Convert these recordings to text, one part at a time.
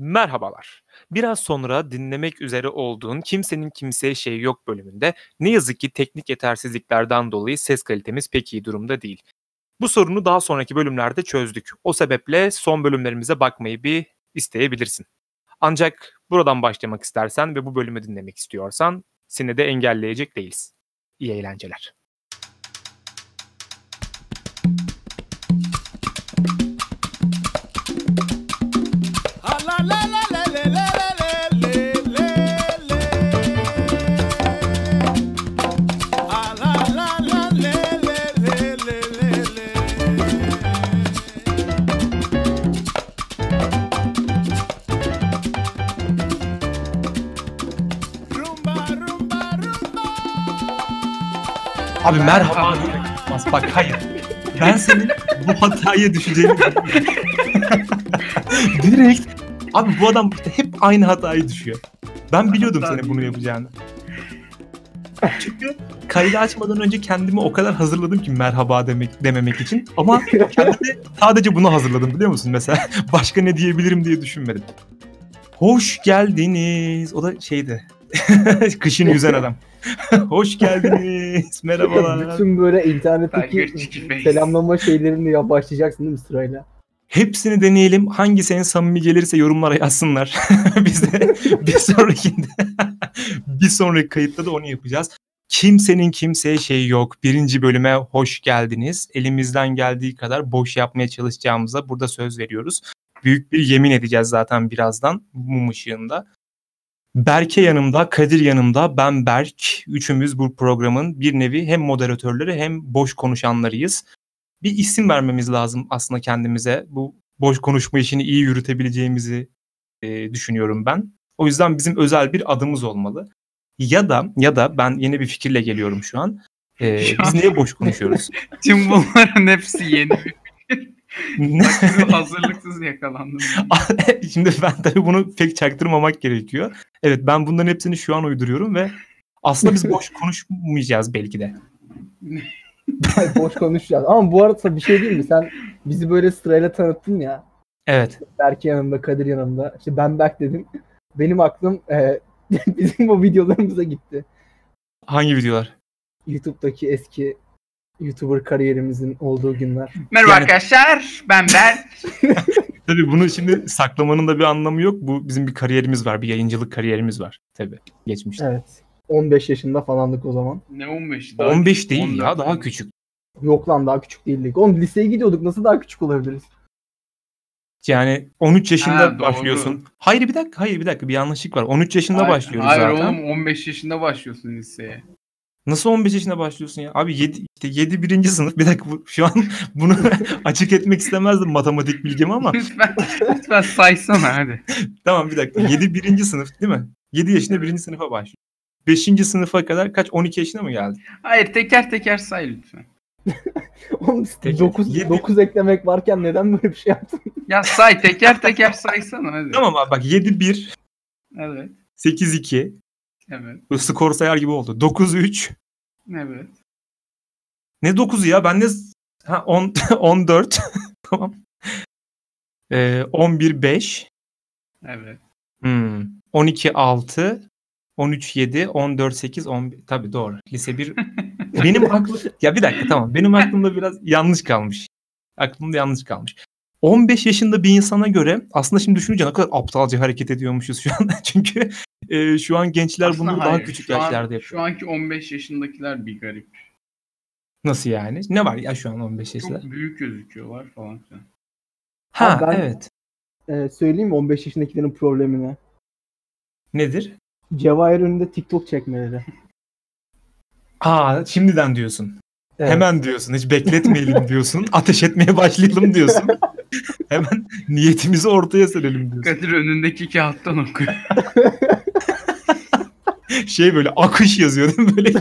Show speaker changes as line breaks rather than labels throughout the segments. Merhabalar. Biraz sonra dinlemek üzere olduğun Kimsenin Kimseye Şeyi Yok bölümünde ne yazık ki teknik yetersizliklerden dolayı ses kalitemiz pek iyi durumda değil. Bu sorunu daha sonraki bölümlerde çözdük. O sebeple son bölümlerimize bakmayı bir isteyebilirsin. Ancak buradan başlamak istersen ve bu bölümü dinlemek istiyorsan seni de engelleyecek değiliz. İyi eğlenceler.
Ah, la, la, la, la, la, la, la, la, la, la. Ah, la, la, la, la, la, la, la, la, la. Rumba, rumba, rumba.
Abi merhaba demek olmaz. Bak hayır. Ben senin bu hataya düşeceğini bilmiyorum. Direkt. Abi bu adam işte hep aynı hatayı düşüyor. Ben biliyordum
Hata
senin bunu yapacağını. Çünkü kaydı açmadan önce kendimi o kadar hazırladım ki merhaba demek dememek için. Ama kendimi sadece bunu hazırladım biliyor musun? Mesela başka ne diyebilirim diye düşünmedim. Hoş geldiniz. O da şeydi. Kışın yüzen adam. Hoş geldiniz. Merhabalar.
Bütün böyle
Tiger
internetteki
Chicken Face.
selamlama şeylerini ya başlayacaksın değil mi sırayla?
Hepsini deneyelim. Hangisi en samimi gelirse yorumlara yazsınlar. biz de bir sonrakinde bir sonraki kayıtta da onu yapacağız. Kimsenin kimseye şeyi yok. Birinci bölüme hoş geldiniz. Elimizden geldiği kadar boş yapmaya çalışacağımıza burada söz veriyoruz. Büyük bir yemin edeceğiz zaten birazdan mum ışığında. Berke yanımda, Kadir yanımda, ben Berk. Üçümüz bu programın bir nevi hem moderatörleri hem boş konuşanlarıyız bir isim vermemiz lazım aslında kendimize. Bu boş konuşma işini iyi yürütebileceğimizi e, düşünüyorum ben. O yüzden bizim özel bir adımız olmalı. Ya da ya da ben yeni bir fikirle geliyorum şu an. E,
Şu
biz
an-
niye boş konuşuyoruz?
Tüm bunların hepsi yeni. bir-
Ne-
Hazırlıksız yakalandım. ben.
Şimdi ben tabii bunu pek çaktırmamak gerekiyor. Evet ben bunların hepsini şu an uyduruyorum ve aslında biz boş konuşmayacağız belki de.
Hayır, boş konuşacağız. Ama bu arada bir şey diyeyim mi? Sen bizi böyle sırayla tanıttın ya.
Evet.
Berke yanımda, Kadir yanımda. İşte ben Berk dedim. Benim aklım e, bizim o videolarımıza gitti.
Hangi videolar?
YouTube'daki eski YouTuber kariyerimizin olduğu günler.
Merhaba
Yani-
arkadaşlar. Ben Berk.
Tabii bunu şimdi saklamanın da bir anlamı yok. Bu bizim bir kariyerimiz var. Bir yayıncılık kariyerimiz var. Tabii. Geçmişte.
Evet. 15 yaşında falandık o zaman.
Ne 15? Daha
15 değil
14.
ya daha küçük.
Yok lan daha küçük değildik. Oğlum liseye gidiyorduk nasıl daha küçük olabiliriz?
Yani 13 yaşında
Ha, doğru.
başlıyorsun. Hayır bir dakika, hayır bir dakika bir yanlışlık var. 13 yaşında
Hayır-
başlıyoruz
Hayır
zaten.
oğlum 15 yaşında başlıyorsun liseye.
Nasıl 15 yaşında başlıyorsun ya? Abi 7 işte 7 birinci sınıf. Bir dakika bu- şu an bunu açık etmek istemezdim matematik bilgimi ama
lütfen, lütfen saysana hadi.
tamam bir dakika. 7 birinci sınıf değil mi? 7 yaşında birinci sınıfa başlıyorsun. 5. sınıfa kadar kaç 12 yaşına mı geldin?
Hayır teker teker say lütfen.
Oğlum
Peki,
9,
yedi-
9 eklemek varken neden böyle bir şey yaptın?
Ya say teker teker saysana hadi.
Tamam abi bak 7 1
Evet.
8 2
Evet.
Bu skor sayar gibi oldu. 9 3
Evet.
Ne 9'u ya? Ben de ha, 10, 14. tamam. Ee, 11 5.
Evet.
Hmm. 12 6. 13 7. 14 8. 11. Tabii doğru. Lise 1. Benim aklım... Ya bir dakika tamam. Benim aklımda biraz yanlış kalmış. Aklımda yanlış kalmış. 15 yaşında bir insana göre aslında şimdi düşününce ne kadar aptalca hareket ediyormuşuz şu an. Çünkü e, şu an gençler
Aslında
bunları daha
hayır,
küçük
şu an-
yaşlarda yapıyor.
Şu anki 15 yaşındakiler bir garip.
Nasıl yani? Ne var ya şu an 15 yaşında?
Çok büyük gözüküyorlar falan filan.
Ha
ben-
evet.
Ee, söyleyeyim mi 15 yaşındakilerin problemini?
Nedir?
Cevahir önünde TikTok çekmeleri.
Aa şimdiden diyorsun.
Evet.
Hemen diyorsun. Hiç bekletmeyelim diyorsun. Ateş etmeye başlayalım diyorsun. Hemen niyetimizi ortaya serelim diyorsun.
Kadir önündeki kağıttan oku.
Şey böyle akış yazıyor değil mi? Böyle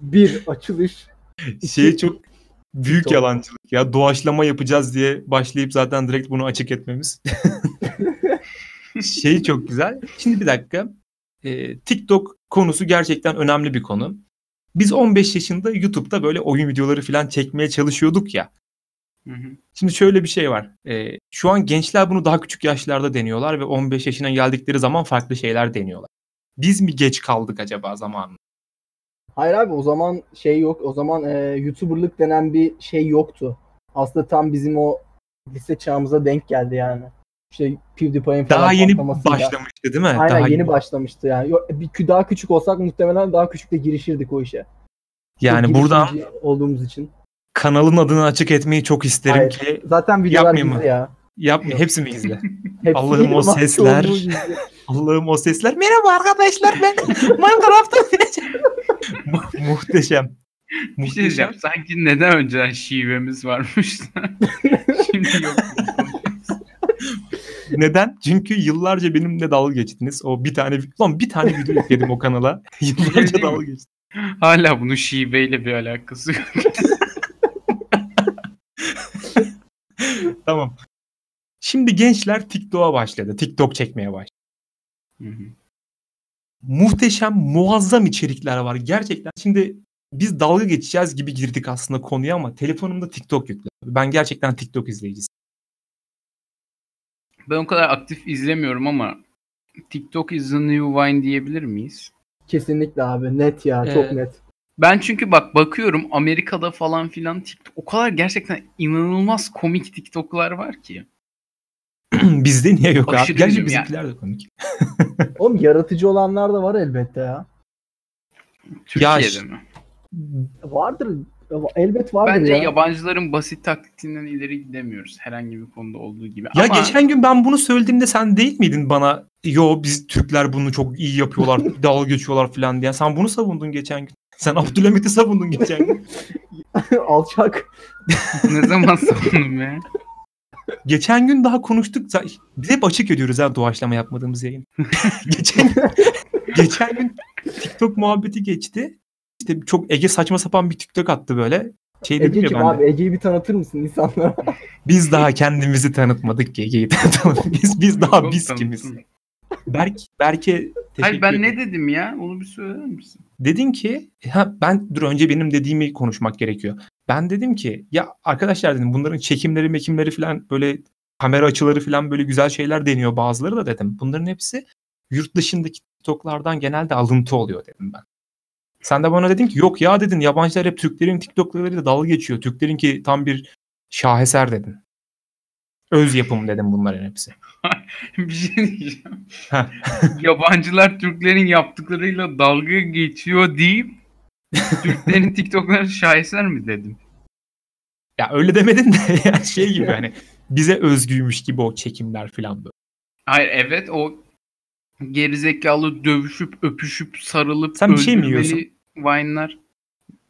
Bir açılış.
şey çok büyük
Doğru.
yalancılık ya. Doğaçlama yapacağız diye başlayıp zaten direkt bunu açık etmemiz. şey çok güzel. Şimdi bir dakika. Ee, TikTok konusu gerçekten önemli bir konu. Biz 15 yaşında YouTube'da böyle oyun videoları falan çekmeye çalışıyorduk ya.
Hı hı.
Şimdi şöyle bir şey var. Ee, şu an gençler bunu daha küçük yaşlarda deniyorlar ve 15 yaşına geldikleri zaman farklı şeyler deniyorlar. Biz mi geç kaldık acaba zamanında?
Hayır abi o zaman şey yok. O zaman e, YouTuber'lık denen bir şey yoktu. Aslında tam bizim o lise çağımıza denk geldi yani. İşte PewDiePie'in falan
Daha yeni
patlamasıyla.
başlamıştı değil mi?
Aynen
daha
yeni başlamıştı yani. Yok, bir kü- daha küçük olsak muhtemelen daha küçükte girişirdik o işe.
Yani
Girişimci
buradan
olduğumuz için.
kanalın adını açık etmeyi çok isterim
Hayır.
ki
Zaten videolar
Yapmayayım mı?
gizli ya.
yapmayın hepsini izle.
Hepsi
Allah'ım
değil
o
ama
sesler.
çoğunluğu gizli.
Allah'ım o sesler. Merhaba arkadaşlar ben Minecraft'ta oynayacağım. Mu- Muhteşem.
Bir şey diyeceğim.
Muhteşem.
Sanki neden önceden şivemiz varmış da şimdi yok.
Neden? Çünkü yıllarca benimle dalga geçtiniz. O bir tane lan bir tane video yükledim o kanala.
Öyle
Yıllarca
değil mi?
dalga geçtiniz.
Hala bunun şiveyle bir alakası yok.
Tamam. Şimdi gençler TikTok'a başladı. TikTok çekmeye başladı.
Hı hı.
muhteşem, muazzam içerikler var gerçekten. Şimdi biz dalga geçeceğiz gibi girdik aslında konuya ama telefonumda TikTok yüklü. Ben gerçekten TikTok izleyicisi.
ben o kadar aktif izlemiyorum ama TikTok is the new wine diyebilir miyiz?
Kesinlikle abi net ya çok
Ee,
net.
Ben çünkü bak bakıyorum Amerika'da falan filan TikTok o kadar gerçekten inanılmaz komik TikTok'lar var ki.
Bizde niye yok abi?
Aşırı
Gerçi
gülüyorum
bizimkiler de komik.
Oğlum yaratıcı olanlar da var elbette ya.
Ya
Türkiye'de
işte-
mi?
Vardır. Elbet vardır
Bence
ya.
yabancıların basit taktiğinden ileri gidemiyoruz herhangi bir konuda olduğu gibi.
Ya
ama
geçen gün ben bunu söylediğimde sen değil miydin bana? Yo biz Türkler bunu çok iyi yapıyorlar, dalga geçiyorlar falan diye. Sen bunu savundun geçen gün. Sen Abdülhamit'i savundun geçen gün.
Alçak.
ne zaman savundum ya?
geçen gün daha konuştuk. da- Biz hep açık ediyoruz ha doğaçlama yapmadığımız yayın. geçen, geçen gün TikTok muhabbeti geçti. İşte çok Ege saçma sapan bir TikTok attı böyle. Şey dedim ya
Ege'cim
ben de,
abi Ege'yi bir tanıtır mısın insanlara?
Biz daha kendimizi tanıtmadık ki Ege'yi tanıtalım. Biz, biz daha
Çok
biz
tanıtım.
kimiz? Berk, Berk'e
Hayır
teşekkür
ben
ederim.
ne dedim ya? Onu bir söyler misin?
Dedin ki ha, ben dur önce benim dediğimi konuşmak gerekiyor. Ben dedim ki ya arkadaşlar dedim bunların çekimleri mekimleri falan böyle kamera açıları falan böyle güzel şeyler deniyor bazıları da dedim. Bunların hepsi yurt dışındaki TikTok'lardan genelde alıntı oluyor dedim ben. Sen de bana dedin ki yok ya dedin yabancılar hep Türklerin TikTok'larıyla dalga geçiyor. Türklerinki tam bir şaheser dedin. Öz yapım dedim bunların hepsi.
bir şey diyeceğim.
Heh.
Yabancılar Türklerin yaptıklarıyla dalga geçiyor deyip Türklerin TikTok'ları şaheser mi dedim?
Ya öyle demedin de yani şey gibi hani bize özgüymüş gibi o çekimler falan böyle.
Hayır evet o gerizekalı dövüşüp öpüşüp sarılıp
Sen bir şey mi
öldürmeli
yiyorsun?
Wine'lar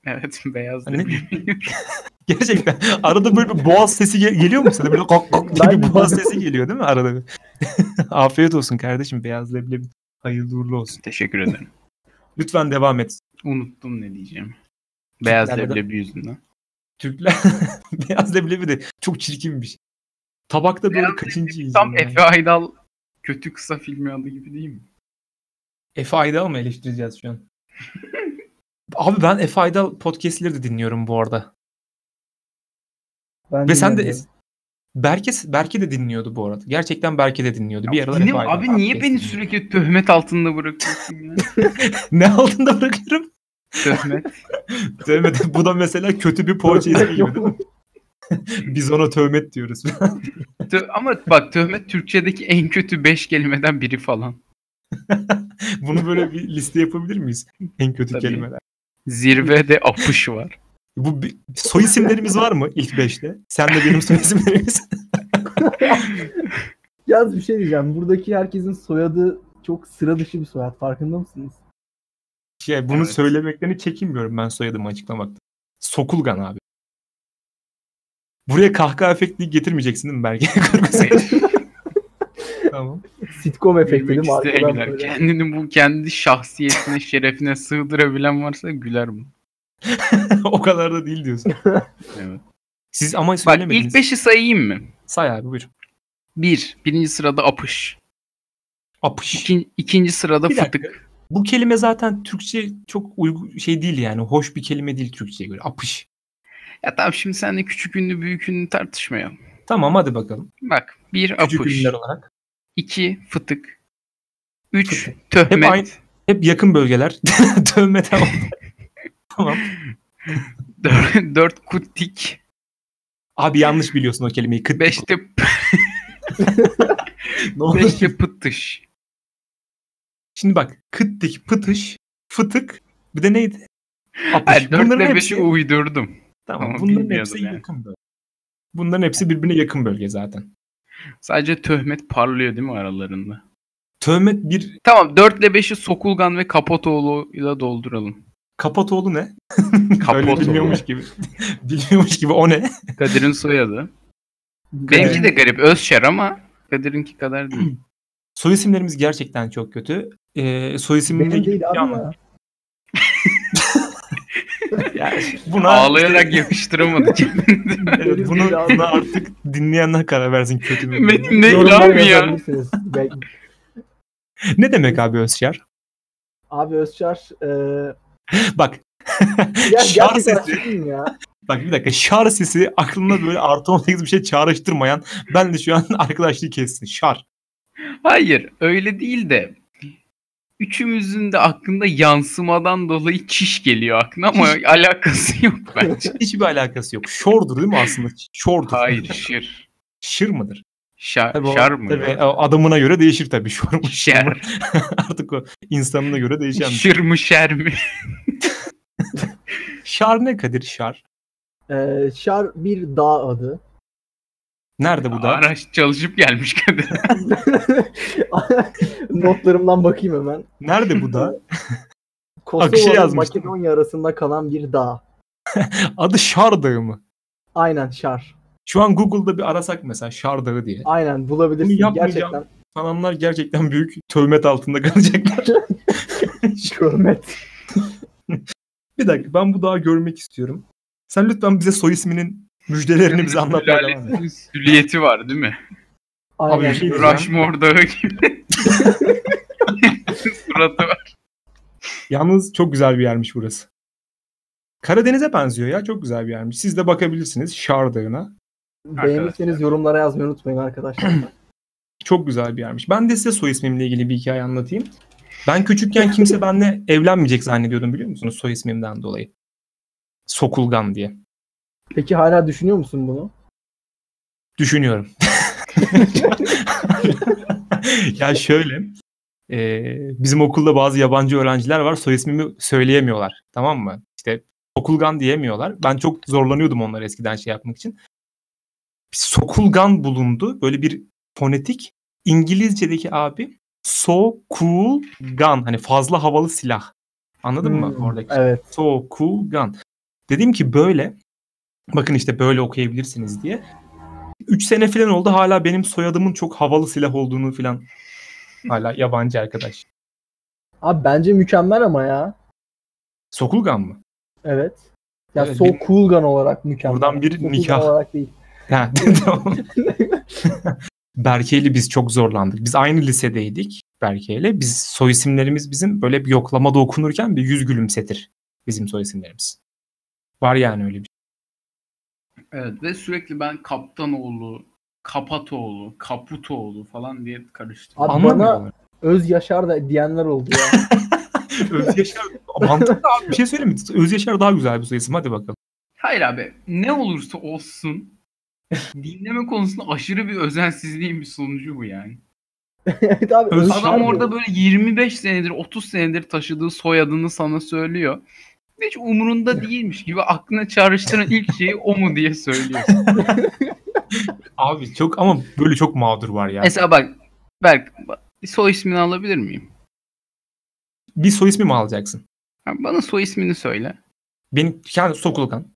Evet beyaz
Hani-
demir yiyorum.
Gerçekten. Arada böyle bir boğaz sesi gel- geliyor mu sana? Böyle kok kok diye
Ben
bir
de-
boğaz sesi geliyor değil mi arada? bir? Afiyet olsun kardeşim. Beyaz leblebi. Hayırlı uğurlu olsun.
Teşekkür ederim.
Lütfen devam et.
Unuttum ne diyeceğim. Beyaz
Türklerle de-
leblebi yüzünden.
Türkler beyaz leblebi de çok çirkin bir şey. Tabakta böyle
Beyaz
kaçıncı yiyeceğim?
Tam
yani?
Efe Aydal kötü kısa filmi adı gibi değil mi?
Efe Aydal mı eleştireceğiz şu an? Abi ben Efe Aydal podcastleri de dinliyorum bu arada.
Ben
Ve sen de
bilmiyorum.
Berke, Berke de dinliyordu bu arada. Gerçekten Berke de dinliyordu. Bir aralar
Dinle-
Efe Aydal
abi niye
podcast
beni
dinliyordu.
sürekli töhmet altında bırakıyorsun ya?
Ne altında bırakıyorum?
töhmet.
Tövmet. Bu da mesela kötü bir poğaça ismi gibi değil mi? Biz ona tövmet diyoruz.
Tö- ama bak töhmet Türkçedeki en kötü 5 kelimeden biri falan.
Bunu böyle bir liste yapabilir miyiz? En kötü
Tabii.
kelimeler.
Zirvede apış var.
Bu bir- soy isimlerimiz var mı ilk beşte? Sen de benim soy isimlerimiz.
Yaz bir şey diyeceğim. Buradaki herkesin soyadı çok sıra dışı bir soyad. Farkında mısınız?
Şey, bunu
Evet.
söylemeklerini çekinmiyorum ben soyadımı açıklamakta. Sokulgan abi. Buraya kahkaha efekti getirmeyeceksin değil mi Berke? Korkusun. tamam.
Sitcom efekti değil
Gülmek
mi? Arkadan
isteyebilir.
böyle.
Kendini bu kendi şahsiyetine, şerefine sığdırabilen varsa güler bu.
o kadar da değil diyorsun.
Evet.
Siz ama
Bak
söylemediniz.
ilk 5'i sayayım mı?
Say abi buyur.
1. Birinci sırada apış.
Apış.
İkin, ikinci sırada
Bir dakika.
fıtık.
Bu kelime zaten Türkçe çok uygu şey değil yani. Hoş bir kelime değil Türkçe'ye göre. Apış.
Ya tamam şimdi sen de küçük ünlü büyük ünlü tartışmayalım.
Tamam hadi bakalım.
Bak bir
Küçük
apuş,
ünlüler olarak.
iki fıtık, üç töhmet,
aynı- Hep yakın bölgeler. Dövme tamam. tamam.
dör- dört kuttik,
Abi yanlış biliyorsun o kelimeyi. Kıt
beş de,
Ne oldu?
beş de pıtış.
Şimdi bak kıttik, pıtış, fıtık bir de neydi? Apış.
Hayır, dörtle beşi uydurdum.
tamam,
Ama
bunların
bilmiyordum
hepsi
yani.
yakın bölge. Bunların hepsi birbirine yakın bölge zaten.
Sadece töhmet parlıyor değil mi aralarında?
Tövmet bir
Tamam dörtle beşi Sokulgan ve Kapotoğlu'yla dolduralım.
Kapotoğlu ne? Öyle
Kapotoğlu.
bilmiyormuş gibi. bilmiyormuş gibi o ne?
Kadir'in soyadı.
Kadir-
Benimki de garip Özşer ama Kadir'inki kadar değil.
Soy isimlerimiz gerçekten çok kötü. Ee, soy isimleri
Benim değil abi
Yalnız-
ya.
Buna şey-
Ağlayarak yakıştıramadı
Evet,
Benim
bunu,
değil abi.
buna artık dinleyenler karar versin kötü mü?
Metin ne
Yorumlara
lan bu ya?
yazabilirsiniz. Be-
ne demek abi Özşar?
abi Özçar e,
Bak.
ya
Şar
gerçekten
sesi.
haklıyım ya.
Bak bir dakika şar sesi aklımda böyle artı 18 bir şey çağrıştırmayan ben de şu an arkadaşlığı kessin. Şar.
Hayır öyle değil de üçümüzün de aklında yansımadan dolayı çiş geliyor aklına ama alakası yok bence.
Hiçbir alakası yok. Şordur değil mi aslında? Şordur.
Hayır şır.
Şır mıdır?
Şar,
Tabii o-
şar mı?
tabii
ya?
o adamına göre değişir tabii. Şor mu? şır mı?
Şer.
Artık o insanına göre değişen. bir- şey.
Şır mı şer mi?
şar ne Kadir? Şar.
E, Şar bir dağ adı.
Nerede bu da?
Araç çalışıp gelmiş Kadir.
Notlarımdan bakayım hemen.
Nerede bu da? Akşe
Kosova ile
yazmıştım.
Makedonya arasında kalan bir dağ.
Adı Şar Dağı mı?
Aynen Şar.
Şu an Google'da bir arasak mesela Şar Dağı diye.
Aynen
Bunu
bulabilirsin.
yapmayacağım.
Gerçekten
Sananlar gerçekten büyük tövmet altında kalacaklar.
şöhret.
bir dakika ben bu dağı görmek istiyorum. Sen lütfen bize soy isminin müjdelerini bize anlatmaya devam et.
Sülalesinin Süliyeti var değil mi?
Aynen.
Abi bir şey diyeceğim.
Rushmore Dağı gibi. Suratı var.
Yalnız çok güzel bir yermiş burası. Karadeniz'e benziyor ya çok güzel bir yermiş. Siz de bakabilirsiniz Şar Dağı'na.
Beğenirseniz yorumlara yazmayı unutmayın arkadaşlar.
Çok güzel bir yermiş. Ben de size soy ismimle ilgili bir hikaye anlatayım. Ben küçükken kimse benimle evlenmeyecek zannediyordum biliyor musunuz soy ismimden dolayı. Sokulgan diye.
Peki hala düşünüyor musun bunu?
Düşünüyorum. ya şöyle. e, bizim okulda bazı yabancı öğrenciler var. Soy ismimi söyleyemiyorlar. Tamam mı? İşte Sokulgan diyemiyorlar. Ben çok zorlanıyordum onları eskiden şey yapmak için. Bir Sokulgan bulundu. Böyle bir fonetik. İngilizce'deki abi Sokulgan. Hani fazla havalı silah. Anladın mı
Hmm,
oradaki?
Evet.
Sokugan. Dedim ki böyle. Bakın işte böyle okuyabilirsiniz diye. 3 sene falan oldu. Hala benim soyadımın çok havalı silah olduğunu falan. Hala yabancı arkadaş.
Abi bence mükemmel ama ya.
Sokulgan mı?
Evet. Ya
Evet,
So
bir-
Cool Gun olarak mükemmel.
Buradan bir
So Cool Gun
nikah.
olarak değil.
Ha, tamam. Berke'yle biz çok zorlandık. Biz aynı lisedeydik Berke'yle. Biz soy isimlerimiz bizim böyle bir yoklamada okunurken bir yüz gülümsetir bizim soy isimlerimiz. Var yani öyle bir şey.
Evet ve sürekli ben Kaptanoğlu, Kapatoğlu, Kaputoğlu falan diye karıştırdım.
Abi
Anlamıyorum.
Öz Yaşar da diyenler oldu ya.
Öz Yaşar mantıklı abi bir şey söyleyeyim mi? Öz Yaşar daha güzel bir soy isim. Hadi bakalım.
Hayır abi ne olursa olsun dinleme konusunda aşırı bir özensizliğin bir sonucu bu yani.
evet abi
Öz-
Öz
Adam orada böyle 25 senedir 30 senedir taşıdığı soyadını sana söylüyor. Hiç umurunda değilmiş gibi aklına çağrıştıran ilk şeyi o mu diye söylüyorsun.
Abi çok ama böyle çok mağdur var ya.
Mesela bak Berk bir soy ismini alabilir miyim?
Bir soy ismi mi alacaksın?
Ha, Bana soy ismini söyle.
Benim yani Sokulkan.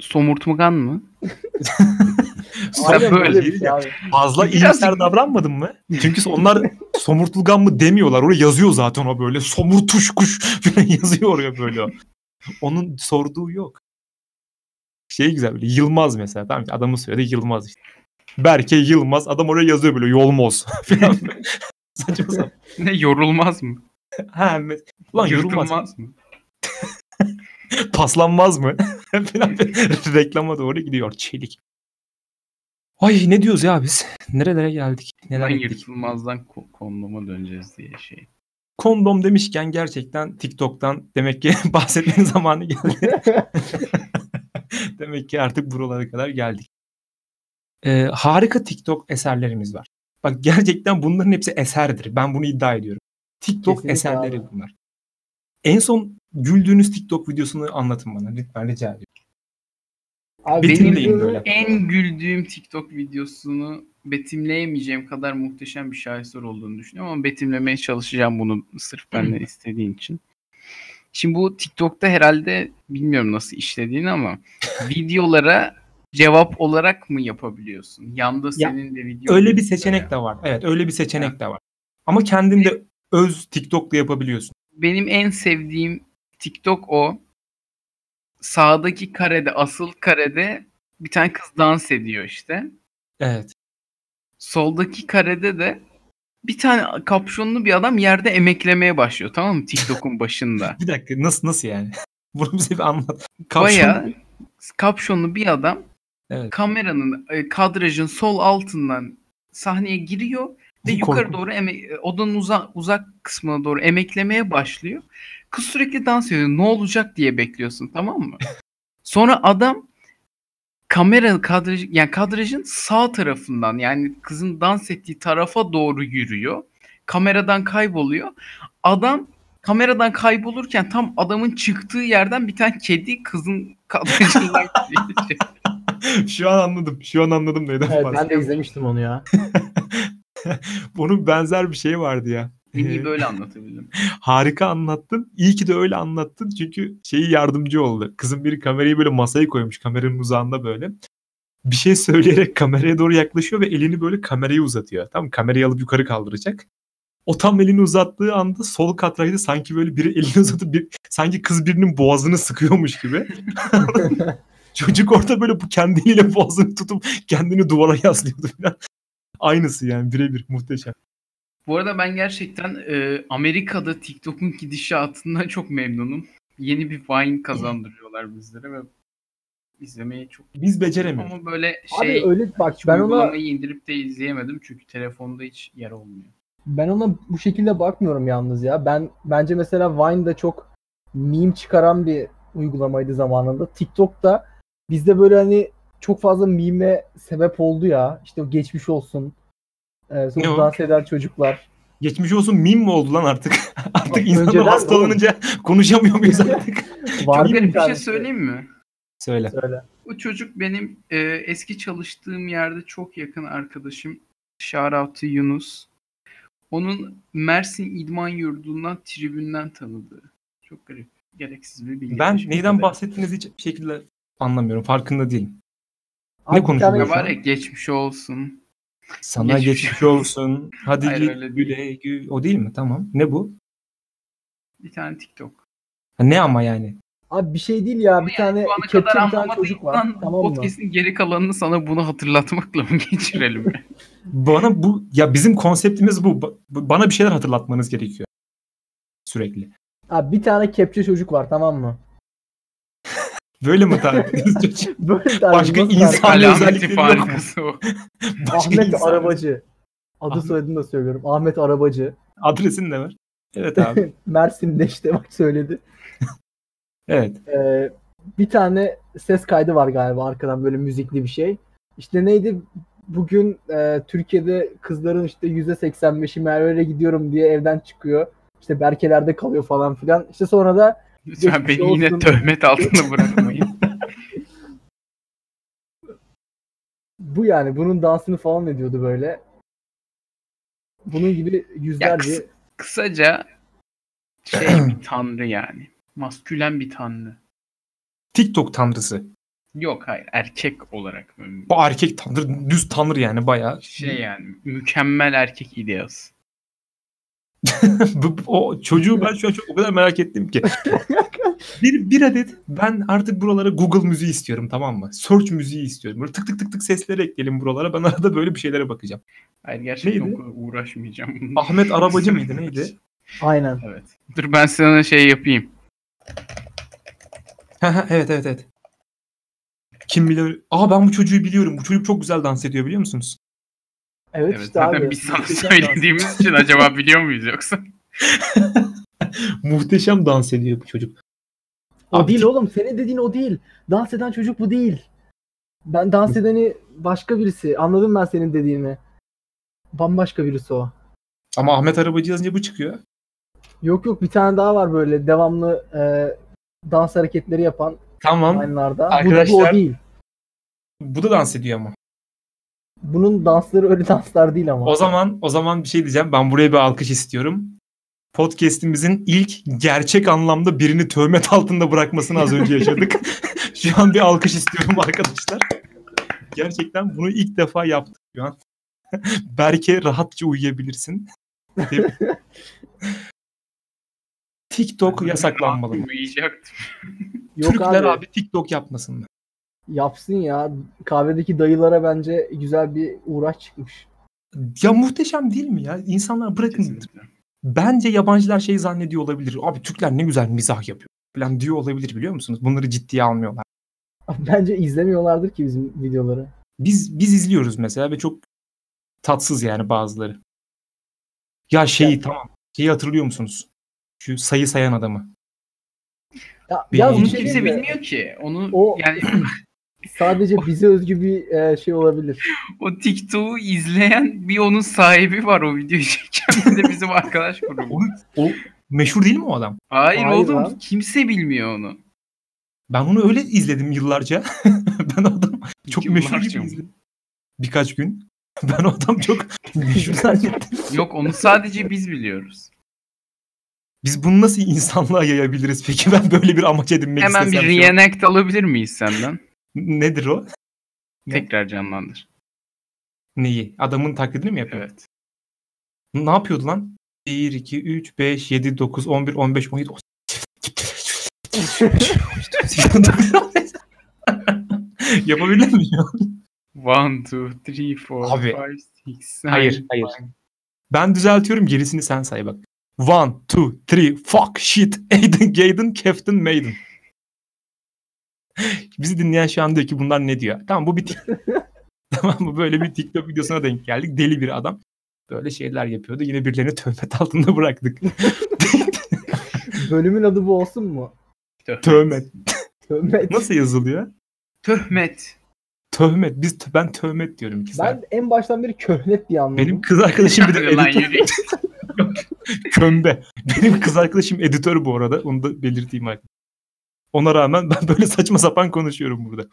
Somurtmagan mı?
Aynen
böyle
böyle bir
değil
şey
ya.
abi.
Fazla
Biraz-
iyimser davranmadın mı? Çünkü onlar somurtulgan mı demiyorlar. Oraya yazıyor zaten o böyle. Somurtuş kuş falan yazıyor oraya böyle. o. Onun sorduğu yok. Şey güzel böyle Yılmaz mesela. Tamam ki adamın soyadı Yılmaz işte. Berke Yılmaz. Adam oraya yazıyor böyle Yolmaz falan. Saçma sapan.
Ne yorulmaz mı?
Ha, me- Ulan yorulmaz.
Yırtılmaz mı?
Paslanmaz mı? Falan Reklama doğru gidiyor çelik. Ay ne diyoruz ya biz? Nerelere geldik? Neler
Ben
geldik?
yırtılmazdan ko- kondoma döneceğiz diye şey.
Kondom demişken gerçekten TikTok'tan demek ki bahsetmenin zamanı geldi. demek ki artık buralara kadar geldik. Ee, harika TikTok eserlerimiz var. Bak gerçekten bunların hepsi eserdir. Ben bunu iddia ediyorum. TikTok
Kesinlikle
eserleri bunlar. En son güldüğünüz TikTok videosunu anlatın bana lütfen rica ediyorum.
Abi
Betimleyin
bildiğin-
böyle.
En güldüğüm TikTok videosunu betimleyemeyeceğim kadar muhteşem bir şaheser olduğunu düşünüyorum ama betimlemeye çalışacağım bunu sırf benden istediğin için. Şimdi bu TikTok'ta herhalde bilmiyorum nasıl işlediğini ama videolara cevap olarak mı yapabiliyorsun? Yanda senin de video.
Öyle bir seçenek de var. Evet öyle bir seçenek de var. Ama kendin de öz TikTok'la yapabiliyorsun.
Benim en sevdiğim TikTok o. Sağdaki karede, asıl karede bir tane kız dans ediyor işte.
Evet.
Soldaki karede de bir tane kapşonlu bir adam yerde emeklemeye başlıyor tamam mı TikTok'un başında.
Bir dakika nasıl nasıl yani? Bunu bize bir anlat. Kapşon-
Baya kapşonlu bir adam
Evet.
kameranın e, kadrajın sol altından sahneye giriyor
Bu
ve yukarı
korkunç.
doğru eme- e, odanın uzak uzak kısmına doğru emeklemeye başlıyor. Kız sürekli dans ediyor. Ne olacak diye bekliyorsun tamam mı? Sonra adam kamera kadraj yani kadrajın sağ tarafından yani kızın dans ettiği tarafa doğru yürüyor. Kameradan kayboluyor. Adam kameradan kaybolurken tam adamın çıktığı yerden bir tane kedi kızın kadrajından
Şu an anladım. Şu an anladım neyden
Evet
bahsediyor.
ben de izlemiştim onu ya.
Bunun benzer bir şey vardı ya.
en iyi
Ee,
böyle anlatabildim.
Harika anlattın. İyi ki de öyle anlattın. Çünkü şeyi yardımcı oldu. Kızın biri kamerayı böyle masaya koymuş. Kameranın uzağında böyle. Bir şey söyleyerek kameraya doğru yaklaşıyor ve elini böyle kameraya uzatıyor. Tamam mı? kamerayı alıp yukarı kaldıracak. O tam elini uzattığı anda sol katraydı sanki böyle biri elini uzatıp bir, sanki kız birinin boğazını sıkıyormuş gibi. Çocuk orada böyle bu kendiyle boğazını tutup kendini duvara yaslıyordu falan. Aynısı yani birebir muhteşem.
Bu arada ben gerçekten e, Amerika'da TikTok'un gidişatından çok memnunum. Yeni bir Vine kazandırıyorlar bizlere ve izlemeyi çok
Biz beceremiyoruz.
ama böyle şey
Abi öyle bak
hiç
ben ona
uygulamayı indirip de izleyemedim çünkü telefonda hiç yer olmuyor.
Ben ona bu şekilde bakmıyorum yalnız ya. Ben bence mesela Vine'da çok meme çıkaran bir uygulamaydı zamanında. TikTok'ta bizde böyle hani çok fazla meme sebep oldu ya. İşte o geçmiş olsun. Ee, sonra
Ne o?
dans eder çocuklar.
Geçmiş olsun mim mi oldu lan artık? artık insanlar
Önceden-
hastalanınca konuşamıyor muyuz artık?
Vardı
Bir, bir şey
tanesi.
söyleyeyim mi?
Söyle.
Söyle.
O çocuk benim e, eski çalıştığım yerde çok yakın arkadaşım. Şaraut'u Yunus. Onun Mersin İdman Yurdu'ndan tribünden tanıdığı. Çok garip. Gereksiz bir bilgi.
Ben
Teşekkür
neyden
ederim.
bahsettiğinizi hiç bir şekilde anlamıyorum. Farkında değilim.
Abi bir
konuşuluyor
tane-
şu an?
Mübarek geçmiş olsun.
Sana
Geçmiş
geçmiş, olsun. Hadi
Hayır, öyle
git güle gü- O değil mi? Tamam. Ne bu?
Bir tane TikTok.
Ha, ne ama yani?
Abi bir şey değil ya. Bir tane
Şu ana kadar
kepçe bir tane çocuk var.
anlamadıysan
Tamam mı?
podcast'in geri kalanını sana bunu hatırlatmakla mı geçirelim? ya?
Bana bu ya bizim konseptimiz bu. Ba- bu- Bana bir şeyler hatırlatmanız gerekiyor. Sürekli.
Abi bir tane kepçe çocuk var tamam mı?
Böyle mi tarif ediyoruz?
Böyle bir tane
Başka
nasıl tarif-
insan- Hala
Alameti
özellikleri yok.
farkası o.
Başka
Ahmet
insan-
Arabacı. Adı
Ahmet-
soyadını da söylüyorum. Ahmet Arabacı.
Adresini de ver. Evet abi.
Mersin'de işte bak söyledi.
Evet.
Ee, bir tane ses kaydı var galiba arkadan böyle müzikli bir şey. İşte neydi? Bugün e, Türkiye'de kızların işte %85'i Merve'yle gidiyorum diye evden çıkıyor. İşte Berkeler'de kalıyor falan filan. İşte sonra da
Lütfen
Geçmiş
beni yine
olsun.
töhmet altında bırakmayın.
bu yani bunun dansını falan ediyordu böyle. Bunun gibi yüzlerce
kız- Kısaca şey bir tanrı yani. Maskülen bir tanrı.
TikTok tanrısı.
Yok hayır erkek olarak. mı?
Bu erkek tanrı, düz tanrı yani bayağı.
Şey yani mükemmel erkek ideası.
Bu- bu- o çocuğu ben şu an çok, o kadar merak ettim ki. bir, bir adet ben artık buralara Google müziği istiyorum tamam mı? Search müziği istiyorum. Böyle tık tık tık tık sesleri ekleyelim buralara. Ben arada böyle bir şeylere bakacağım.
Hayır gerçekten
Neydi?
o kadar uğraşmayacağım. bununla.
Ahmet Arabacı mıydı neydi?
aynen.
Evet. Dur ben sana şey yapayım.
evet evet evet. Kim bilir. Aa ben bu çocuğu biliyorum. Bu çocuk çok güzel dans ediyor biliyor musunuz?
Evet,
Evet,
işte
zaten
abi.
biz sana
Muhteşem
söylediğimiz için acaba biliyor muyuz yoksa?
Muhteşem dans ediyor bu çocuk.
O
Abi,
değil
tik-
oğlum. Senin dediğin o değil. Dans eden çocuk bu değil. Ben dans edeni başka birisi. Anladım ben senin dediğini. Bambaşka birisi o.
Ama Ahmet Arabacı yazınca bu çıkıyor.
Yok yok bir tane daha var böyle devamlı e, dans hareketleri yapan
Tamam.
line'larda. Bu, bu o
Arkadaşlar-
değil.
Bu da dans ediyor ama.
Bunun dansları öyle danslar değil ama.
O zaman o zaman bir şey diyeceğim. Ben buraya bir alkış istiyorum. Podcast'imizin ilk gerçek anlamda birini tövmet altında bırakmasını az önce yaşadık. Şu an bir alkış istiyorum arkadaşlar. Gerçekten bunu ilk defa yaptık şu an. Berke rahatça uyuyabilirsin. Teb- TikTok yasaklanmalı. mı?
Uyuyacaktım.
Yok
Türkler abi.
abi,
TikTok yapmasın mı?
yapsın ya. Kahvedeki dayılara bence güzel bir uğraş çıkmış.
Ya muhteşem değil mi ya? İnsanlar bırakın
Kesinlikle.
Bence yabancılar şey zannediyor olabilir. Abi Türkler ne güzel mizah yapıyor falan diyor olabilir biliyor musunuz? Bunları ciddiye almıyorlar.
Bence izlemiyorlardır ki bizim videoları.
Biz biz izliyoruz mesela ve çok tatsız yani bazıları. Ya şeyi tamam. Şeyi hatırlıyor musunuz? Şu sayı sayan adamı.
Ya,
Bir-
yaz bir
Onu
şey
kimse
diyeyim mi?
bilmiyor ki. Onu
O-
yani
Sadece bize özgü bir e, şey olabilir.
o TikTok'u izleyen bir onun sahibi var o videoyu çeken bir de bizim arkadaş grubu.
Onu, o meşhur değil mi o adam?
Hayır,
Hayır
oğlum
lan.
kimse bilmiyor onu.
Ben onu öyle izledim yıllarca. ben o adam çok meşhur
Yıllarca
gibi
mı?
izledim. Birkaç gün. Ben o adam çok meşhur zannettim.
Yok onu sadece biz biliyoruz.
Biz bunu nasıl insanlığa yayabiliriz peki? Ben böyle bir amaç edinmek
Hemen bir
istesem şu an.
reenact alabilir miyiz senden?
Nedir o? Ne?
Tekrar canlandır.
Neyi? Adamın taklidini mi yapıyor?
Evet.
Ne yapıyordu lan? 1, 2, 3, 5, 7, 9, 11, 15, 17, 18. Yapabilir miyim?
1, 2, 3, 4,
Abi.
5, 6,
Hayır, hayır. Ben düzeltiyorum gerisini sen say bak. 1, 2, 3, fuck, shit, Aiden, Gaiden, Captain, Maiden. Bizi dinleyen şu an diyor ki bunlar ne diyor? Tamam bu bir tik- tamam bu böyle bir TikTok videosuna denk geldik. Deli bir adam. Böyle şeyler yapıyordu. Yine birilerini töhmet altında bıraktık.
Bölümün adı bu olsun mu?
Töhmet.
Tövbe.
Nasıl yazılıyor?
Töhmet.
Töhmet. Biz ben töhmet diyorum ki
Ben en baştan beri köhnet diye anladım.
Benim kız arkadaşım bir de
Hadi lan
editör,
yürü.
kömbe. Benim kız arkadaşım editör bu arada. Onu da belirteyim artık. Ona rağmen ben böyle saçma sapan konuşuyorum burada.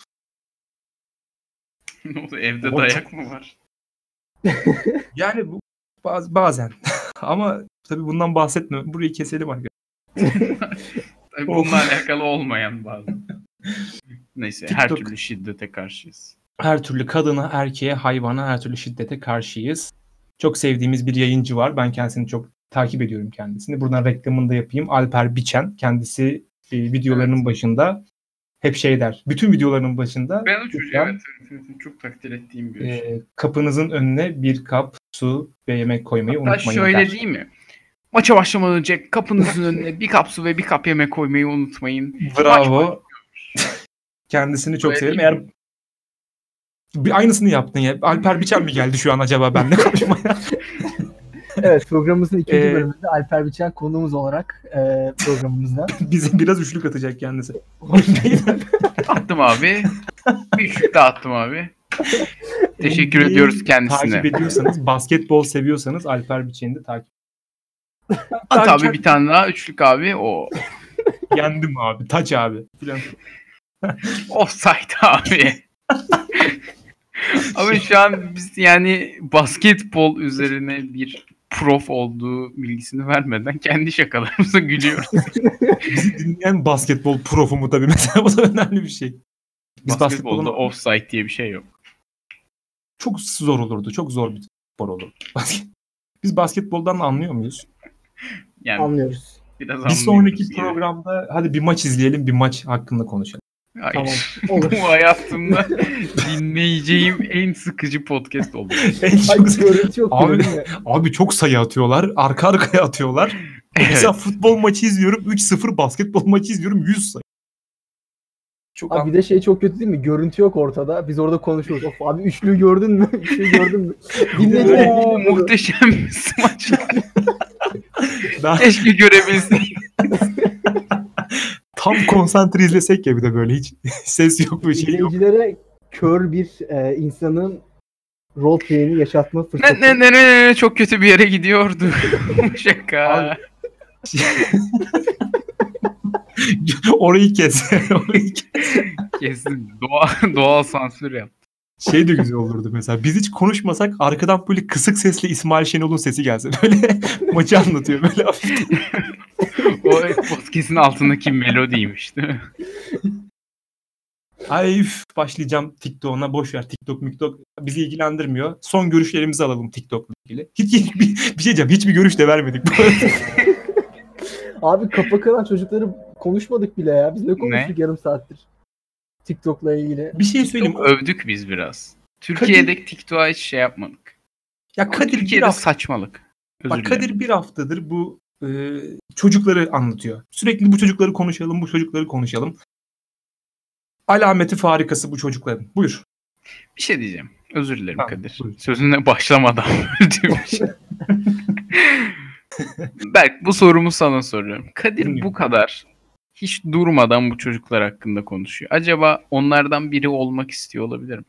Ne oldu, Evde
Oğlum,
dayak mı var?
Yani bu baz- bazen. Ama tabii bundan bahsetme. Burayı keselim arkadaşlar.
Tabii
Of.
Bununla alakalı olmayan bazen. Neyse her
TikTok.
türlü şiddete karşıyız.
Her türlü kadına, erkeğe, hayvana, her türlü şiddete karşıyız. Çok sevdiğimiz bir yayıncı var. Ben kendisini çok takip ediyorum kendisini. Buradan reklamını da yapayım. Alper Biçen. Kendisi e, videolarının başında hep şey der. Bütün videolarının başında
Ben o çocuğu
lütfen,
evet, evet, evet, çok takdir ettiğim bir şey.
e, kapınızın önüne bir kap su ve yemek koymayı
Hatta
unutmayın
şöyle
der.
değil mi? Maça başlamadan önce kapınızın önüne bir kap su ve bir kap yemek koymayı unutmayın.
Bravo. Kendisini çok
Öyle
severim.
değil
Eğer bir aynısını yaptın ya. Alper Biçen mi geldi şu an acaba benimle konuşmaya?
Evet programımızın ikinci
Ee,
bölümünde Alper Biçen konuğumuz olarak e, programımızda.
Bize biraz üçlük atacak kendisi.
Attım abi. bir üçlük daha attım abi. Teşekkür
NBA'yi
ediyoruz kendisine.
takip ediyorsanız, basketbol seviyorsanız Alper Biçen'i de takip
At
Hatta
abi bir tane daha üçlük abi. O
Yendim abi. Taç abi. Falan.
offside abi. Ama şu an biz yani basketbol üzerine bir prof olduğu bilgisini vermeden kendi şakalarımıza gülüyoruz.
Bizi dinleyen basketbol profu mu tabii mesela bu da önemli bir şey. Biz
Basketbolda
basketbolun
offside diye bir şey yok.
çok zor olurdu. Çok zor bir spor olurdu. Basket- Biz basketboldan anlıyor muyuz?
Yani
Anlıyoruz.
biraz
bir
anlıyoruz
sonraki
gibi.
programda hadi bir maç izleyelim, bir maç hakkında konuşalım.
Hayır.
Tamam. Olur.
Bu hayatımda dinleyeceğim en sıkıcı podcast oldu.
En çok-
Hayır görüntü yok.
Abi-
görünmüyor.
Abi çok sayı atıyorlar, arka arkaya atıyorlar. Mesela
Evet.
futbol maçı izliyorum 3-0, basketbol maçı izliyorum 100 sayı. Çok
Abi bir de şey çok kötü değil mi? Görüntü yok ortada. Biz orada konuşuyoruz. Of abi üçlü gördün mü? Üçlü gördün mü? Dinleyici
Böyle-
dinlemiyor.
Oo, muhteşem bir smaç.
Ben-
Keşke görebilsin.
tam konsantre izlesek ya bir de böyle hiç ses yok bir şey yok.
Dinleyicilere kör bir e, insanın rol play'ini yaşatma
ne,
fırsatı.
ne, ne, ne, ne, çok kötü bir yere gidiyordu. Şaka.
Orayı kes. Orayı kes.
Kesin doğal, doğal sansür yap.
Şey de güzel olurdu mesela. Biz hiç konuşmasak arkadan böyle kısık sesle İsmail Şenol'un sesi gelse. Böyle maçı anlatıyor böyle. hafif.
O podcast'in altındaki melodiymiş değil mi?
Ay üf, başlayacağım TikTok'una. Boş ver TikTok, TikTok bizi ilgilendirmiyor. Son görüşlerimizi alalım TikTok'la ilgili. Hiç, hiç- bir, bir şey diyeceğim. Hiçbir görüş de vermedik. bu arada.
Abi kapa kıran çocukları konuşmadık bile ya. Biz ne konuştuk yarım saattir? TikTok'la ilgili.
bir şey söyleyeyim.
Çok övdük biz biraz. Türkiye'deki TikTok'a hiç şey yapmadık.
Ya Kadir bir
Türkiye'de
hafta-
saçmalık. Özür
Bak
dilerim.
Kadir bir haftadır bu e, çocukları anlatıyor. Sürekli bu çocukları konuşalım, bu çocukları konuşalım. Alameti farikası bu çocukların. Buyur.
Bir şey diyeceğim. Özür dilerim
Tamam,
Kadir.
buyur.
Sözüne başlamadan öldüğüm için. Berk bu sorumu sana soruyorum. Kadir
Dinliyorum.
bu kadar hiç durmadan bu çocuklar hakkında konuşuyor. Acaba onlardan biri olmak istiyor olabilir mi?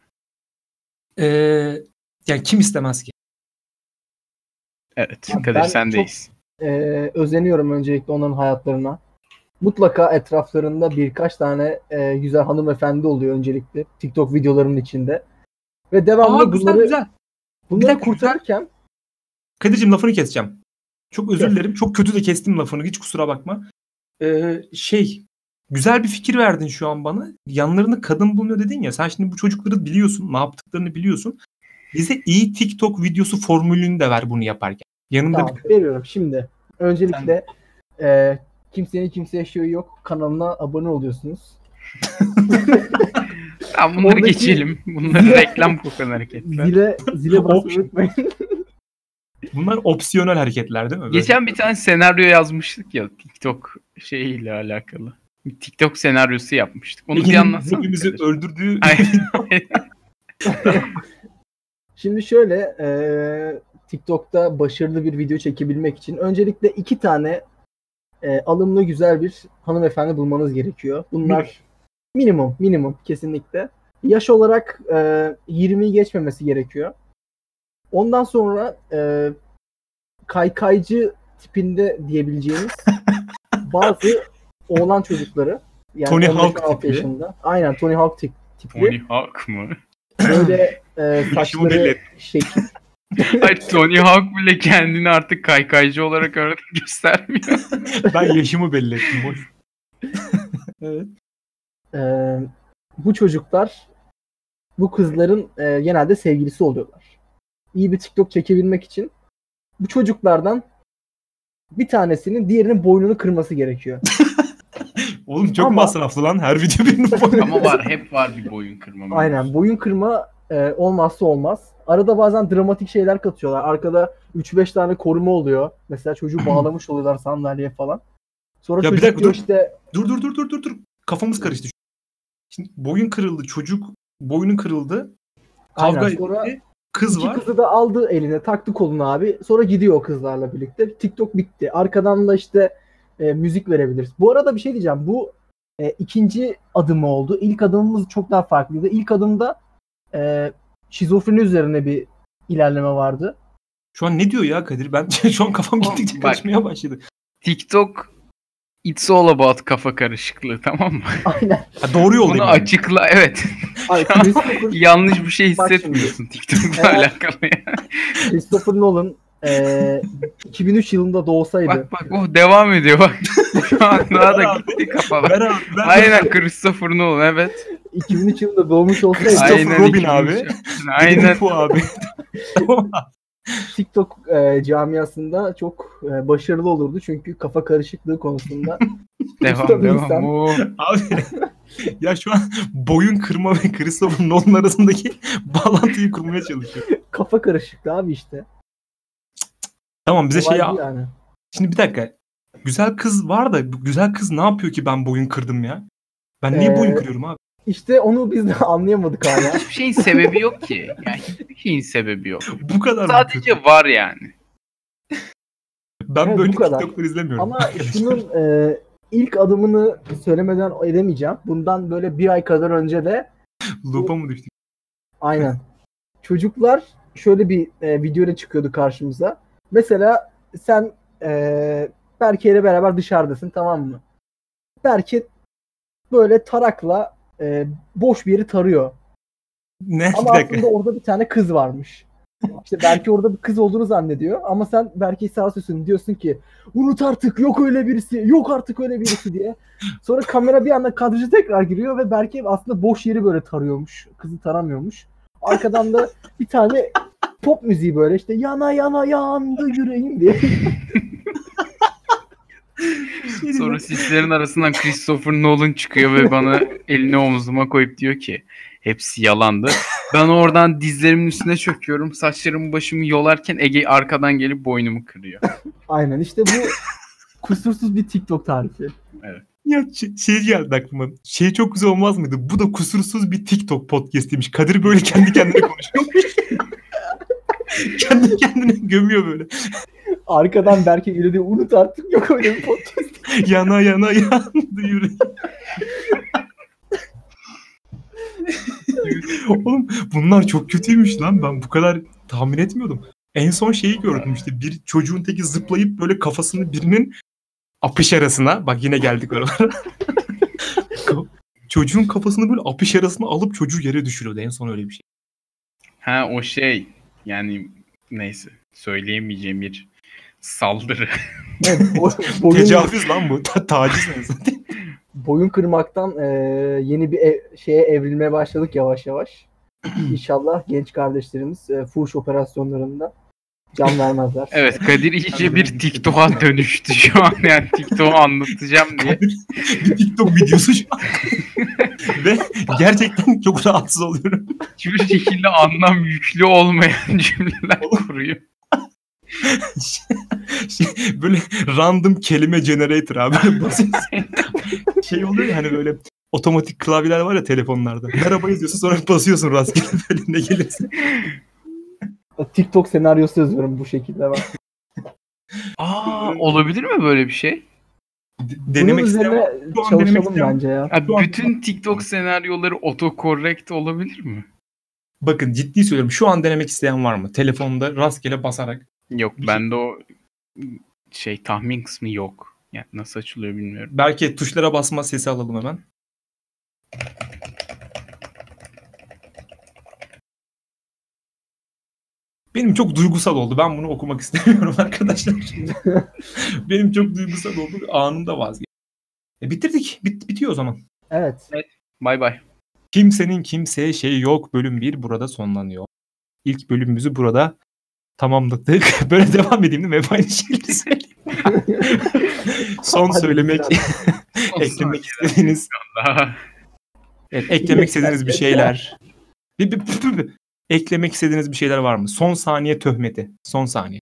E, yani kim istemez ki?
Evet
Ya
Kadir
ben
sendeyiz.
Ee, özeniyorum öncelikle onların hayatlarına. Mutlaka etraflarında birkaç tane e, güzel hanımefendi oluyor öncelikle TikTok videolarının içinde. Ve devamlı
Aa güzel
bunları,
güzel.
bunları
dakika.
kurtarken
Kadir'cim lafını keseceğim. Çok özür
Kes.
dilerim. Çok kötü de kestim lafını. Hiç kusura bakma. E, şey, güzel bir fikir verdin şu an bana. Yanlarında kadın bulunuyor dedin ya. Sen şimdi bu çocukları biliyorsun. Ne yaptıklarını biliyorsun. Bize iyi TikTok videosu formülünü de ver bunu yaparken. Yanında bir
Tamam, veriyorum şimdi. Öncelikle e, kimsenin kimseye şey yok kanalına abone oluyorsunuz.
Tamam bunları
Oradaki-
geçelim. Bunları reklam kokan hareketler.
Zile zile basmayı
Option.
unutmayın.
Bunlar opsiyonel hareketler değil mi? Böyle-
Geçen bir tane senaryo yazmıştık ya TikTok şeyiyle alakalı. Bir TikTok senaryosu yapmıştık. Onu bir
Ege'nin
anlatsana.
Hepimizi
Kadir.
öldürdüğü
Aynen.
Şimdi şöyle e, TikTok'ta başarılı bir video çekebilmek için öncelikle iki tane e, alımlı güzel bir hanımefendi bulmanız gerekiyor. Bunlar minimum minimum kesinlikle. Yaş olarak e, 20'yi geçmemesi gerekiyor. Ondan sonra e, kaykaycı tipinde diyebileceğimiz bazı oğlan çocukları yani
Tony Hawk
15-16
tipli.
yaşında. Aynen Tony Hawk tip, tipli.
Tony Hawk mı?
Böyle e,
Yaşımı belli
saçları şekil.
Hayır Tony Hawk bile kendini artık kaykaycı olarak orada göstermiyor.
ben yaşımı belli ettim. Boş. evet.
e, bu çocuklar bu kızların e, genelde sevgilisi oluyorlar. İyi bir TikTok çekebilmek için bu çocuklardan bir tanesinin diğerinin boynunu kırması gerekiyor.
Oğlum çok
Ama-
masraflı lan. Her video birinin boyu.
Ama var hep var bir boyun
Hmm.
kırma.
Aynen boyun kırma e, olmazsa olmaz. Arada bazen dramatik şeyler katıyorlar. Arkada 3-5 tane koruma oluyor. Mesela çocuğu bağlamış oluyorlar sandalyeye falan. Sonra
Ya bir
çocuk
dakika,
diyor
dur.
işte
Dur dur dur dur dur dur. Kafamız karıştı. Şimdi boyun kırıldı. Çocuk boyunun kırıldı. Kavga
aynen sonra
etti. Kız
İki
var.
kızı da aldı eline taktı koluna abi. Sonra gidiyor o kızlarla birlikte. TikTok bitti. Arkadan da işte e, müzik verebiliriz. Bu arada bir şey diyeceğim. Bu e, ikinci adımı oldu. İlk adımımız çok daha farklıydı. İlk adımda e, şizofreni üzerine bir ilerleme vardı.
Şu an ne diyor ya Kadir? Ben şu an kafam
Oğlum,
gittikçe
bak.
karışmaya başladı.
TikTok It's all about kafa karışıklığı tamam mı?
Aynen.
Ha, doğru yoldayım.
Bunu
yani.
açıkla evet.
Ay, Christopher,
Yanlış bir şey
Bak şimdi.
hissetmiyorsun TikTok'la
Eğer-
alakalı. ya.
Christopher Nolan e, 2003 yılında doğsaydı.
Bak bak oh devam ediyor bak. Şu an daha da gitti kafalar.
Ver abi. Ver.
Aynen Christopher Nolan evet.
2003 yılında doğmuş olsaydı
Christopher
Aynen
Robin
ikinci-
abi.
Aynen.
Bu abi. Tamam.
TikTok e, camiasında çok e, başarılı olurdu. Çünkü kafa karışıklığı konusunda
Devam
Christopher
devam. Oh.
insan.
Oo.
Abi ya şu an boyun kırma ve Christopher Nolan arasındaki bağlantıyı kurmaya çalışıyor.
kafa karışıklığı abi işte.
Tamam bize
Olay
şey
bu yani.
şimdi bir dakika. Güzel kız var da bu güzel kız ne yapıyor ki ben boyun kırdım ya? Ben niye
Ee,
boyun kırıyorum abi?
İşte onu biz de anlayamadık hala.
Hiçbir şeyin sebebi yok ki. Yani hiçbir şeyin sebebi yok.
Bu kadar mı kötü?
Sadece var yani.
Ben
Evet,
böyle
bu kadar.
TikTok'ları izlemiyorum.
Ama şunun e, ilk adımını söylemeden edemeyeceğim. Bundan böyle bir ay kadar önce de
Loop'a mı düştük?
Aynen. Çocuklar şöyle bir e, videoyla çıkıyordu karşımıza. Mesela sen e, Berke ile beraber dışarıdasın tamam mı? Berke böyle tarakla e, boş bir yeri tarıyor.
Ne?
Ama
bir dakika.
aslında orada bir tane kız varmış. İşte Berke orada bir kız olduğunu zannediyor. Ama sen Berke'yi sağa süsün diyorsun ki unut artık yok öyle birisi yok artık öyle birisi diye. Sonra kamera bir anda kadraja tekrar giriyor ve Berke aslında boş yeri böyle tarıyormuş. Kızı taramıyormuş. Arkadan da bir tane pop müziği böyle işte yana yana yandı yüreğim diye.
şey
Sonra sislerin arasından Christopher Nolan çıkıyor ve bana elini omzuma koyup diyor ki hepsi yalandı. Ben oradan dizlerimin üstüne çöküyorum. Saçlarımı başımı yolarken Ege arkadan gelip boynumu kırıyor.
Aynen işte bu kusursuz bir TikTok tarifi.
Ya ş- şey geldi aklıma. Şey çok güzel olmaz mıydı? Bu da kusursuz bir TikTok podcastiymiş. Kadir böyle kendi kendine konuşuyormuş. kendi kendine gömüyor böyle.
Arkadan Berke geliyor diyor unut artık yok öyle bir podcast.
Yana yana yandı yüreğim. Oğlum bunlar çok kötüymüş lan. Ben bu kadar tahmin etmiyordum. En son şeyi gördüm işte. Bir çocuğun teki zıplayıp böyle kafasını birinin apış arasına. Bak yine geldik oralara. Ka- Çocuğun kafasını böyle apış arasına alıp çocuğu yere düşürüyordu. En son öyle bir şey.
Ha o şey yani neyse söyleyemeyeceğim bir saldırı.
Evet, o- boyun,
Tecavüz lan bu. Ta- taciz en son.
boyun kırmaktan e, yeni bir ev- şeye evrilmeye başladık yavaş yavaş. İnşallah genç kardeşlerimiz e, fuhuş operasyonlarında can vermezler.
Evet Kadir iyice bir TikTok'a dönüştü şu an yani TikTok'u anlatacağım diye.
bir TikTok videosu şu an. Ve gerçekten çok rahatsız oluyorum.
Hiçbir şekilde anlam yüklü olmayan cümleler kuruyor.
Şey, böyle random kelime generator abi. Böyle basit. şey oluyor ya hani böyle otomatik klavyeler var ya telefonlarda. Merhaba yazıyorsun sonra basıyorsun rastgele böyle ne gelirse.
TikTok senaryosu yazıyorum bu şekilde ben.
Aa olabilir mi böyle bir şey?
D-
Bunun
Denemek isteyen
üzerine
Şu an denemek
çalışalım
isteyen-
bence ya.
Ya
Şu an-
bütün TikTok senaryoları otokorrekt olabilir mi?
Bakın ciddi söylüyorum şu an denemek isteyen var mı? Telefonda rastgele basarak.
Yok
Bir-
bende o şey tahmin kısmı yok. Yani nasıl açılıyor bilmiyorum.
Belki tuşlara basma sesi alalım hemen. Benim çok duygusal oldu. Ben bunu okumak istemiyorum arkadaşlar. Benim çok duygusal oldu. Anında vazgeçtim. E bitirdik. Bit bitiyor o zaman.
Evet.
Bay bay.
Kimsenin kimseye şey yok bölüm 1 burada sonlanıyor. İlk bölümümüzü burada tamamladık. Böyle devam edeyim değil mi? Hep aynı şeyleri söyleyeyim. Son
Hadi
söylemek, eklemek istediğiniz
Daha-
Evet, eklemek istediğiniz bir şeyler. Bir- bir- bir- bir- bir. Eklemek istediğiniz bir şeyler var mı? Son saniye töhmeti. Son saniye.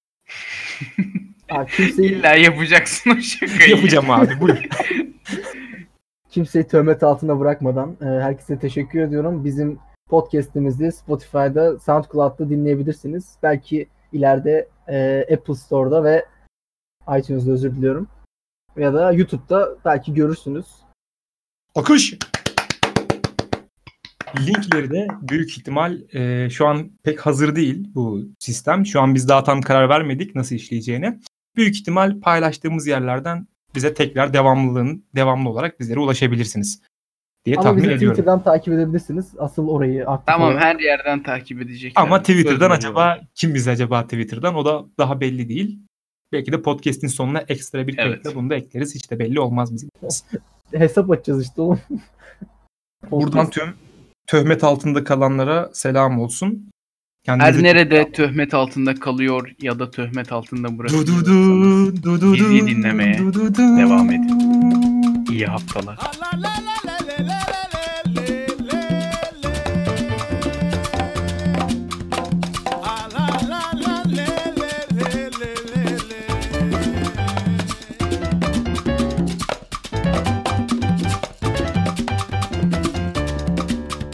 Ha, kimseyi,
İlla yapacaksın o şakayı.
Yapacağım abi. Buyur.
kimseyi töhmet altında bırakmadan e, herkese teşekkür ediyorum. Bizim podcast'imizi Spotify'da, SoundCloud'da dinleyebilirsiniz. Belki ileride e, Apple Store'da ve iTunes'da özür diliyorum. Ya da YouTube'da belki görürsünüz.
Akış. Linkleri de büyük ihtimal e, şu an pek hazır değil bu sistem. Şu an biz daha tam karar vermedik nasıl işleyeceğine. Büyük ihtimal paylaştığımız yerlerden bize tekrar devamlılığın devamlı olarak bizlere ulaşabilirsiniz diye
Ama
tahmin
bizi
ediyorum.
Twitter'dan takip edebilirsiniz. Asıl orayı aktif
Tamam
olarak.
her yerden takip edecekler.
Ama Twitter'dan
Söz
acaba kim bizi acaba Twitter'dan o da daha belli değil. Belki de podcast'in sonuna ekstra bir
Evet.
kayıtla bunu da ekleriz. Hiç de belli olmaz bizim.
Hesap açacağız işte oğlum.
Buradan tüm töhmet altında kalanlara selam olsun.
Her
Kendinize
nerede töhmet altında kalıyor ya da töhmet altında
Du
bırakılıyor.
du du, du du
Bizi
du,
dinlemeye
du du du.
devam edin. İyi haftalar.
la la la